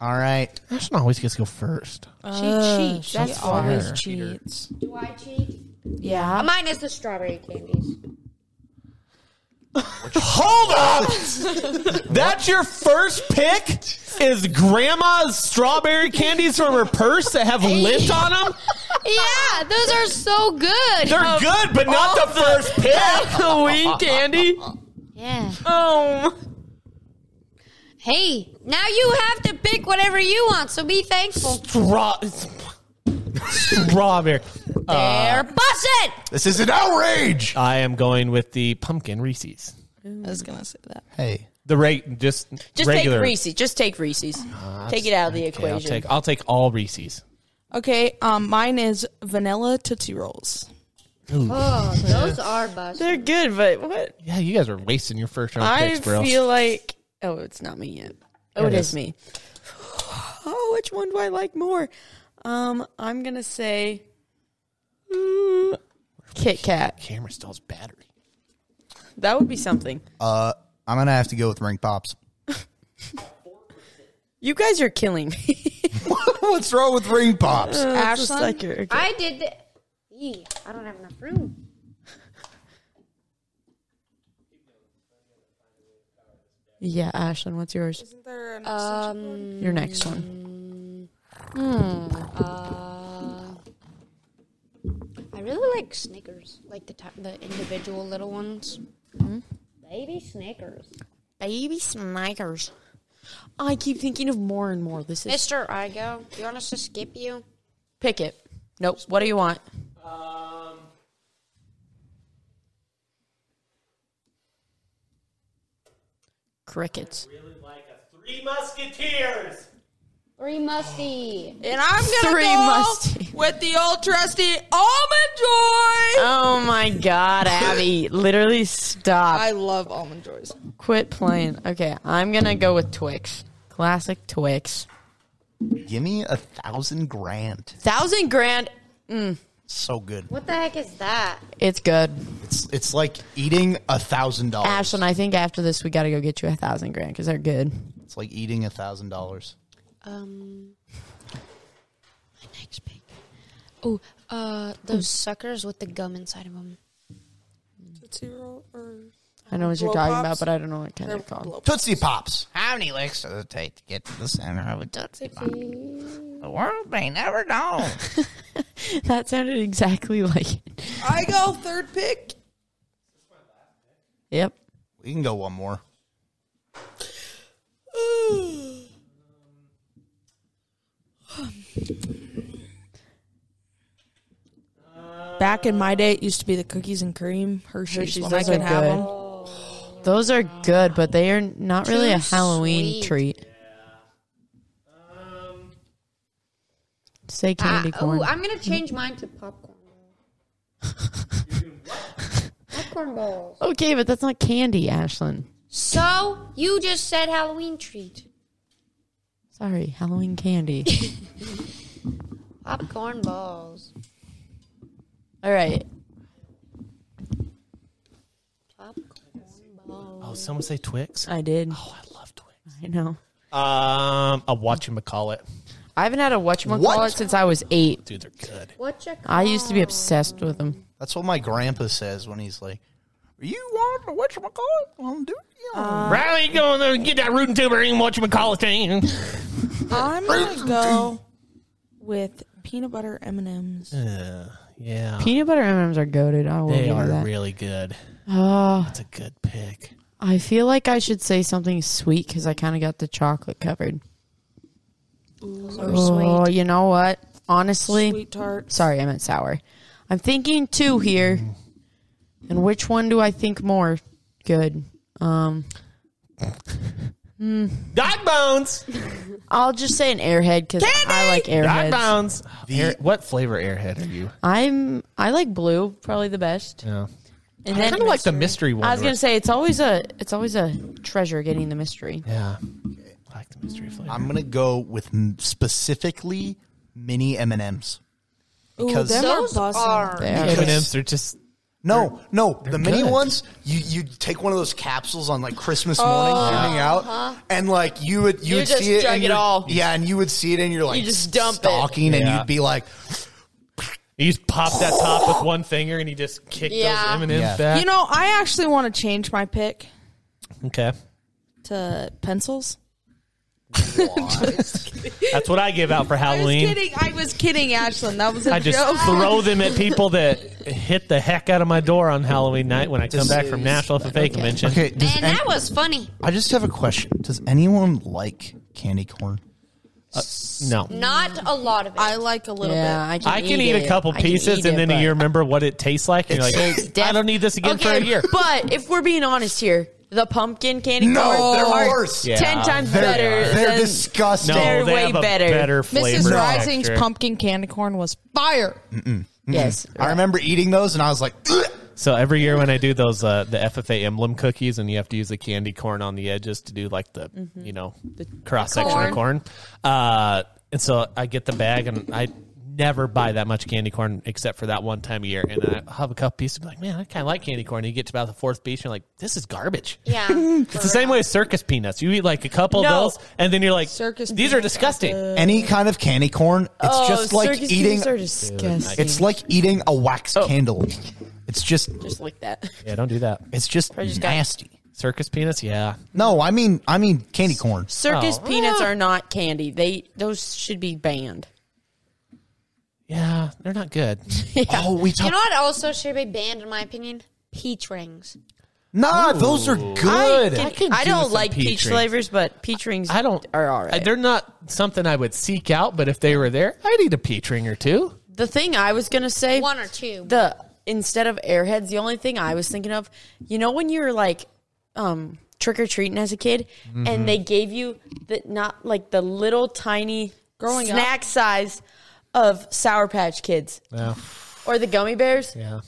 all right. Ashton always gets to go first. She cheats. That's she always fire. cheats. Do I cheat? Uh, Yeah. Mine is the strawberry candies. Hold up! That's your first pick? Is grandma's strawberry candies from her purse that have lint on them? Yeah, those are so good. They're good, but not the first pick. Halloween candy. yeah. Oh. Uh, Hey, now you have to pick whatever you want, so be thankful. Straw- strawberry. They're bussin'. This is an outrage. I am going with the pumpkin Reese's. I was going to say that. Hey, The rate, just, Just regular. Ah, take Reese's. Just take Reese's. take it out of the Okay, I'll equation. take, I'll take all Reese's. Okay, um, mine is vanilla Tootsie Rolls. Oh, those are bussin'. They're good, but what? Yeah, you guys are wasting your first round I picks, bro. feel like. Oh, it's not me yet. Oh, There it it is. is. me. Oh, which one do I like more? Um, I'm gonna say. mm, Kit Kat. Camera still has battery. That would be something. I'm gonna have to go with ring pops. You guys are killing me. [LAUGHS] [LAUGHS] What's wrong with ring pops? Just Ashlyn? like you're- I did. The- Eee, I don't have enough room. yeah, Ashlyn, what's yours? Isn't there an Um, Your next one. uh, I really like Snickers, like the ti the individual little ones. Hmm? Baby Snickers. Baby Snickers. I keep thinking of more and more. This is Mister Igo, do you want us to skip you? pick it. Nope. What do you want? Um, crickets. Three Musketeers. Three musty. And I'm gonna Three go musty. with the old trusty almond joy. Oh my God, Abby! Literally stop. I love almond joys. Quit playing. Okay, I'm gonna go with Twix. Classic Twix. Give me a thousand grand. Thousand grand. So good. What the heck is that? It's good. It's it's like eating a thousand dollars. Ashlyn, I think after this we gotta go get you a thousand grand because they're good. It's like eating a thousand dollars. Um, my next pick. Oh, uh, those Hmm. suckers with the gum inside of them. I know what you're talking Blow pops? about, but I don't know what kind of [LAUGHS] called. Tootsie Pops. How many licks does it take to get to the center of a Tootsie Pop? The world may never know. That sounded exactly like it. I go third pick. Yep. we can go one more. Back in my day, it used to be the cookies and cream Hershey's. Hershey's, when I those are could have good. them. Those are good, but they are not really a Too Halloween sweet. treat. Say candy corn. oh, I'm gonna change mine to popcorn. popcorn balls. okay, but that's not candy, Ashlyn. So you just said Halloween treat. Sorry, Halloween candy. Popcorn balls. All right. Popcorn balls. Oh, someone say Twix. I did. I love Twix. I know. Um, I'll watch him call it. I haven't had a whatchamacallit What? since I was eight. Dude, they're good. What you? I used to be obsessed with them. That's what my grandpa says when he's like, "You want to watch my car? I'm doing it." Riley, go in there and get that rootin' tuber and watch him call it. thing. I'm gonna go with peanut butter M and M's. Yeah, Peanut butter M&Ms are goaded. I will they give you are that. really good. Oh, That's a good pick. I feel like I should say something sweet because I kind of got the chocolate covered. Oh, you know what? Honestly, Sweet tarts. sorry, I meant sour. I'm thinking two here, and which one do I think more good? Um, Dog bones. I'll just say an Airhead because I like Dog Airheads. bones. Air- what flavor airhead are you? I'm I like blue, probably the best. Yeah. And I then kind of like the mystery one. I was where- gonna say it's always a it's always a treasure getting the mystery. Yeah. I like the mystery flavor. I'm gonna go with m- specifically mini M and M's. Ooh, Because- them are Those bussin'. are. They are- M&Ms are just No, no, the mini good. ones. You you take one of those capsules on like Christmas morning, coming out, and like you would you, would Oh, uh-huh. just see it, chug and it you're- all. Yeah, and you would see it, and you're like just dump it. stocking, and Yeah. you'd be like, you just pop that top with one finger and you just kick Yeah. those M&Ms Yeah. back. You know, I actually want to change my pick okay. to pencils. That's what I give out for I was Halloween. kidding. I was kidding, Ashlyn. That was a I just joke. throw them at people that hit the heck out of my door on Halloween night when I come back from National FFA Convention. Man, that was funny. I just have a question. Does anyone like candy corn? No. Not a lot of it. I like a little Yeah, I can, I can eat, a couple pieces and then you remember what it tastes like and you're like, It's- I don't need this again for a year. But if we're being honest here, the pumpkin candy No, corn they're are worse. Yeah. ten times They're, better. they're than- disgusting. No, They're they way have a better. better, bit. flavor. Mrs. and Rising's texture. pumpkin candy corn was fire. Mm-hmm. yes, I remember eating those, and I was like, "Ugh." So every year when I do those uh, the FFA emblem cookies, and you have to use the candy corn on the edges to do like Mm-hmm. the you know cross section of corn. Uh, and so I get the bag, and I never buy that much candy corn except for that one time a year. And I have a couple pieces, and be like, man, I kind of like candy corn. And you get to about the fourth piece, and you're like, this is garbage. yeah. it's It's the same way as circus peanuts. You eat like a couple No. of those, and then you're like, Circus these are peanuts are disgusting. any kind of candy corn, it's Oh, just like circus eating. peanuts are disgusting. It's like eating a wax candle. It's just, just like that. Yeah, don't do that. it's just just got- nasty. Circus peanuts, yeah. No, I mean, I mean candy corn. Circus Oh. peanuts are not candy. They those should be banned. Yeah, they're not good. Oh, we You talked. know what also should be banned, in my opinion? Peach rings. nah, those are good. I, could I do don't some like peach peach rings. flavors, but peach rings I don't are all right. They're not something I would seek out, but if they were there, I'd eat a peach ring or two. the thing I was gonna say One or two. the instead of airheads the only thing i was thinking of you know when you're like um trick or treating as a kid, and they gave you the not like the little tiny Growing up. snack size of Sour Patch Kids Yeah. or the gummy bears. Yeah.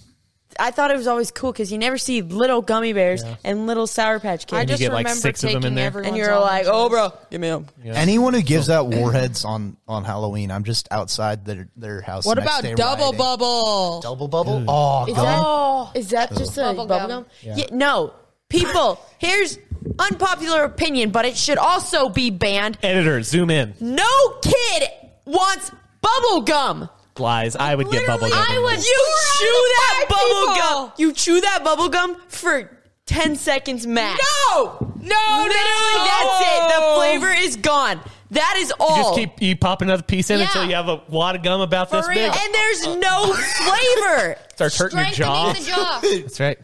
I thought it was always cool because you never see little gummy bears Yeah. and little Sour Patch Kids, I you just get, like, remember six of taking them in there. everyone's and you're like, oranges. "Oh, bro, give me them." Anyone who gives out warheads on on Halloween, I'm just outside their their house. What the next about day double rioting. bubble? Double bubble? Oh, God. Is that Oh. just a Bubble bubble, gum. gum? Yeah. no, people. here's unpopular opinion, but it should also be banned. Editor, zoom in. No kid wants bubble gum. Lies. I would get bubble gum. I would. You chew that five bubble people. gum. You chew that bubble gum for ten seconds max. No, no, literally, that's it. The flavor is gone. That is all. You just keep you pop another piece in Yeah. until you have a wad of gum about this real. big. and there's [LAUGHS] no flavor. Starts hurting your jaw. Strengthening the jaw. [LAUGHS] That's right.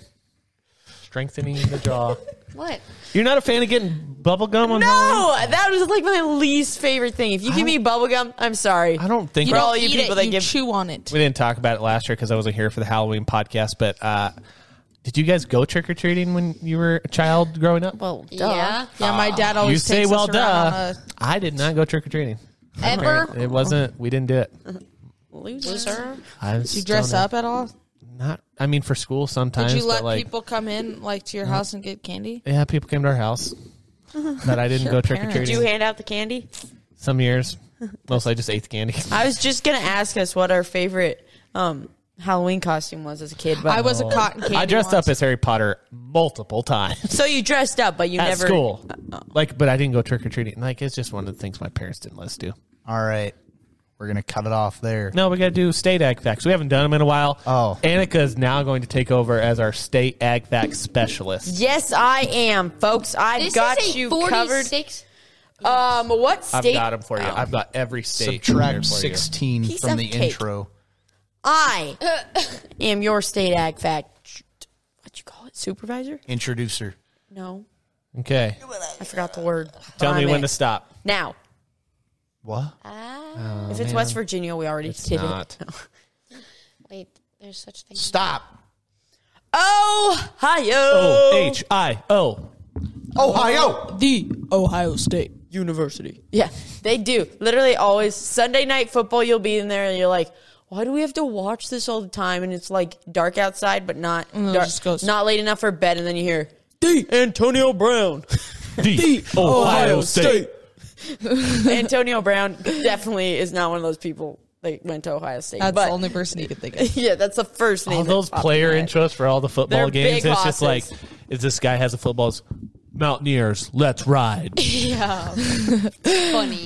Strengthening the jaw. What? You're not a fan of getting bubble gum on Halloween? No, that was like my least favorite thing. If you give me bubble gum, I'm sorry. I don't think for all Eat you people it, that you give chew on it. we didn't talk about it last year because I wasn't here for the Halloween podcast. But uh, did you guys go trick or treating when you were a child growing up? Well, Yeah. yeah. My dad always you say, takes us "Well, around duh." on a- I did not go trick or treating. Ever? It wasn't. We didn't do it. loser. I Did you dress up at all? Not. I mean, for school sometimes. Did you let but like, people come in like to your house and get candy? Yeah, people came to our [LAUGHS] house, but I didn't Your go trick or parents. Do you treating. hand out the candy? Some years, mostly I just ate the candy. I was just gonna ask us what our favorite um, Halloween costume was as a kid, but I was a cotton candy. I dressed once. up as Harry Potter multiple times so you dressed up, but you at never school. Like, but I didn't go trick or treating. Like, it's just one of the things my parents didn't let us do. All right. We're going to cut it off there. No, we got to do state ag facts. We haven't done them in a while. Oh. Annika is now going to take over as our state ag fact specialist. Yes, I am, folks. I've This got is a you 46. covered. Um, what I've state? got them for you. Oh. I've got every state. Subtract here for you. 16 Piece from of the cake. intro. I [LAUGHS] am your state ag fact. What you call it, supervisor? Introducer. No, Okay. I forgot the word. Tell me I'm when it. to stop. Now, What? if it's West Virginia, we already did Oh, not. it. Wait, there's such thing. Stop. [LAUGHS] Ohio. O H I O. Ohio. the Ohio State. University. Yeah, they do. Literally always Sunday night football you'll be in there and you're like, why do we have to watch this all the time? And it's like dark outside but not it dark, just goes- not late enough for bed and then you [LAUGHS] hear D Antonio Brown. The Ohio State. Antonio Brown definitely is not one of those people that went to Ohio State. That's but, the only person you could think of. Yeah, that's the first name. All that those popped in player my head. intros for all the football They're games. big It's just like, hosses. if this guy has a football, it's Mountaineers, let's ride. Funny.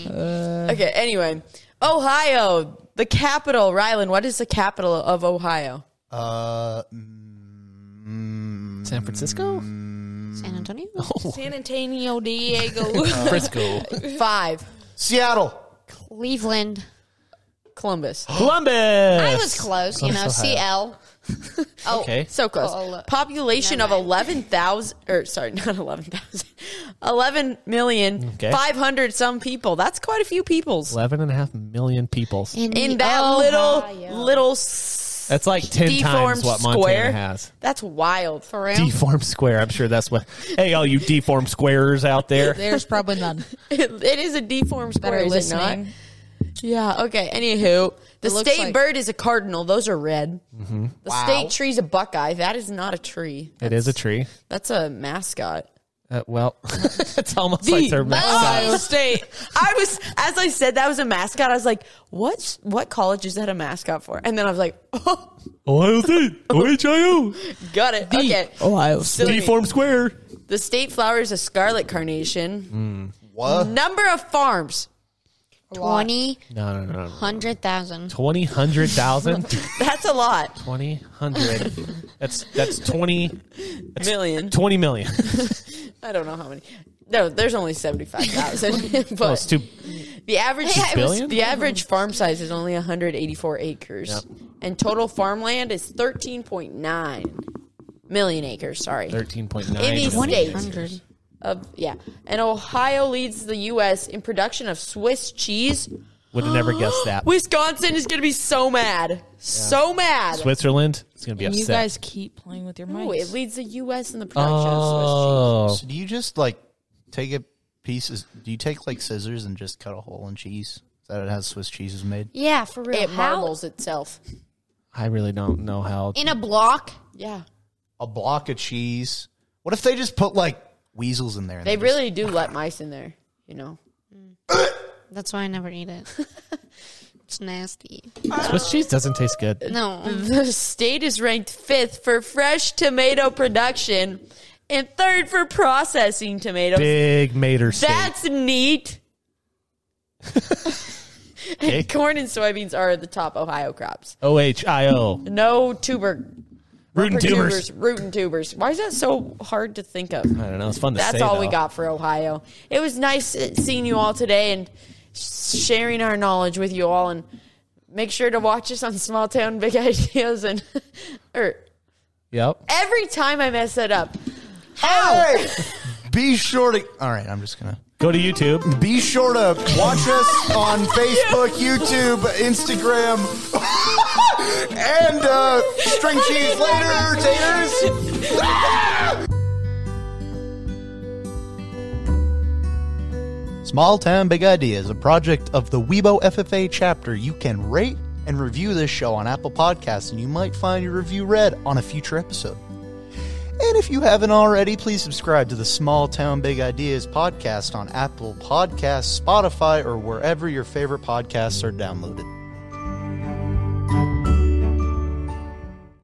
Okay, anyway. Ohio, the capital. Rylan, what is the capital of [LAUGHS] Ohio? Uh, San Francisco? San Antonio? San Antonio, Diego. [LAUGHS] Frisco. Five. Seattle. Cleveland. Columbus. Columbus. I was close, you know, Close, Ohio. CL. Oh, Okay. So close. Oh, look. Population Never of mind. 11,000, or sorry, [LAUGHS] not 11,000, 11 million, Okay. 500 some people. That's quite a few peoples 11 and a half million people. in the that Ohio. Oh, little, little s- That's like 10 times deformed what Montana square. has. That's wild. For real? Deformed square. I'm sure that's what. Hey, all you deformed squarers out [LAUGHS] there. There's probably none [LAUGHS] It, it is a deformed that square, are is it listening. not? Yeah, okay. Anywho, the It looks state like- bird is a cardinal. Those are red. The state tree's a buckeye. That is not a tree. Mm-hmm. It is a tree. That's a mascot. Uh, well, [LAUGHS] it's almost like their mascot. Ohio State. I was, as I said, that was a mascot. I was like, what? What college is that a mascot for? And then I was like, [LAUGHS] oh, Ohio State. OHIO. got it. okay. Ohio State. Silly me. Deformed square. The state flower is a scarlet carnation. What? Number of farms. 20, No, no, no. no. 100,000. 20, [LAUGHS] 100,000? That's a lot. 20, 100. That's, that's 20, Million. 20 [LAUGHS] million. I don't know how many. No, there's only 75,000. Oh, it's [LAUGHS] but too, the average Two billion? the average farm size is only 184 acres. And total farmland is 13.9 million acres. Sorry. 13.9. In these million. states. of yeah. And Ohio leads the US in production of Swiss cheese, Would have never guessed that. Wisconsin is going to be so mad. So mad. Switzerland is going to be And upset. you guys keep playing with your Ooh, it mics. leads the U.S. in the production of oh, So do you just like take a pieces? Do you take like scissors and just cut a hole in cheese? Is that how Swiss cheese is made? Yeah, for real. Swiss cheese. It How- marbles itself. Oh, I really don't know how. in a block. Yeah. A block of cheese. What if they just put like weasels in there? and They just- really do let mice in there, you know. [LAUGHS] That's why I never eat it. [LAUGHS] it's nasty. Swiss cheese doesn't taste good. No. The state is ranked fifth for fresh tomato production and third for processing tomatoes. Big Mater state. That's [LAUGHS] neat. [LAUGHS] Okay. Corn and soybeans are the top Ohio crops. O H I O. No tuber Rootin' tubers, tumors. rootin' tubers. Why is that so hard to think of? I don't know. It's fun to say. That's all we though. got for Ohio. It was nice seeing you all today and sharing our knowledge with you all. And make sure to watch us on Small Town Big Ideas. And [LAUGHS] or Yep. every time I mess it up, Oh! Hey! Be sure to. All right, I'm just gonna. Go to YouTube. Be sure to watch us on Facebook, YouTube, Instagram, [LAUGHS] and uh, string cheese later, taters. Small Town Big Idea is a project of the Weibo FFA chapter. You can rate and review this show on Apple Podcasts, and you might find your review read on a future episode. And if you haven't already, please subscribe to the Small Town Big Ideas podcast on Apple Podcasts, Spotify, or wherever your favorite podcasts are downloaded.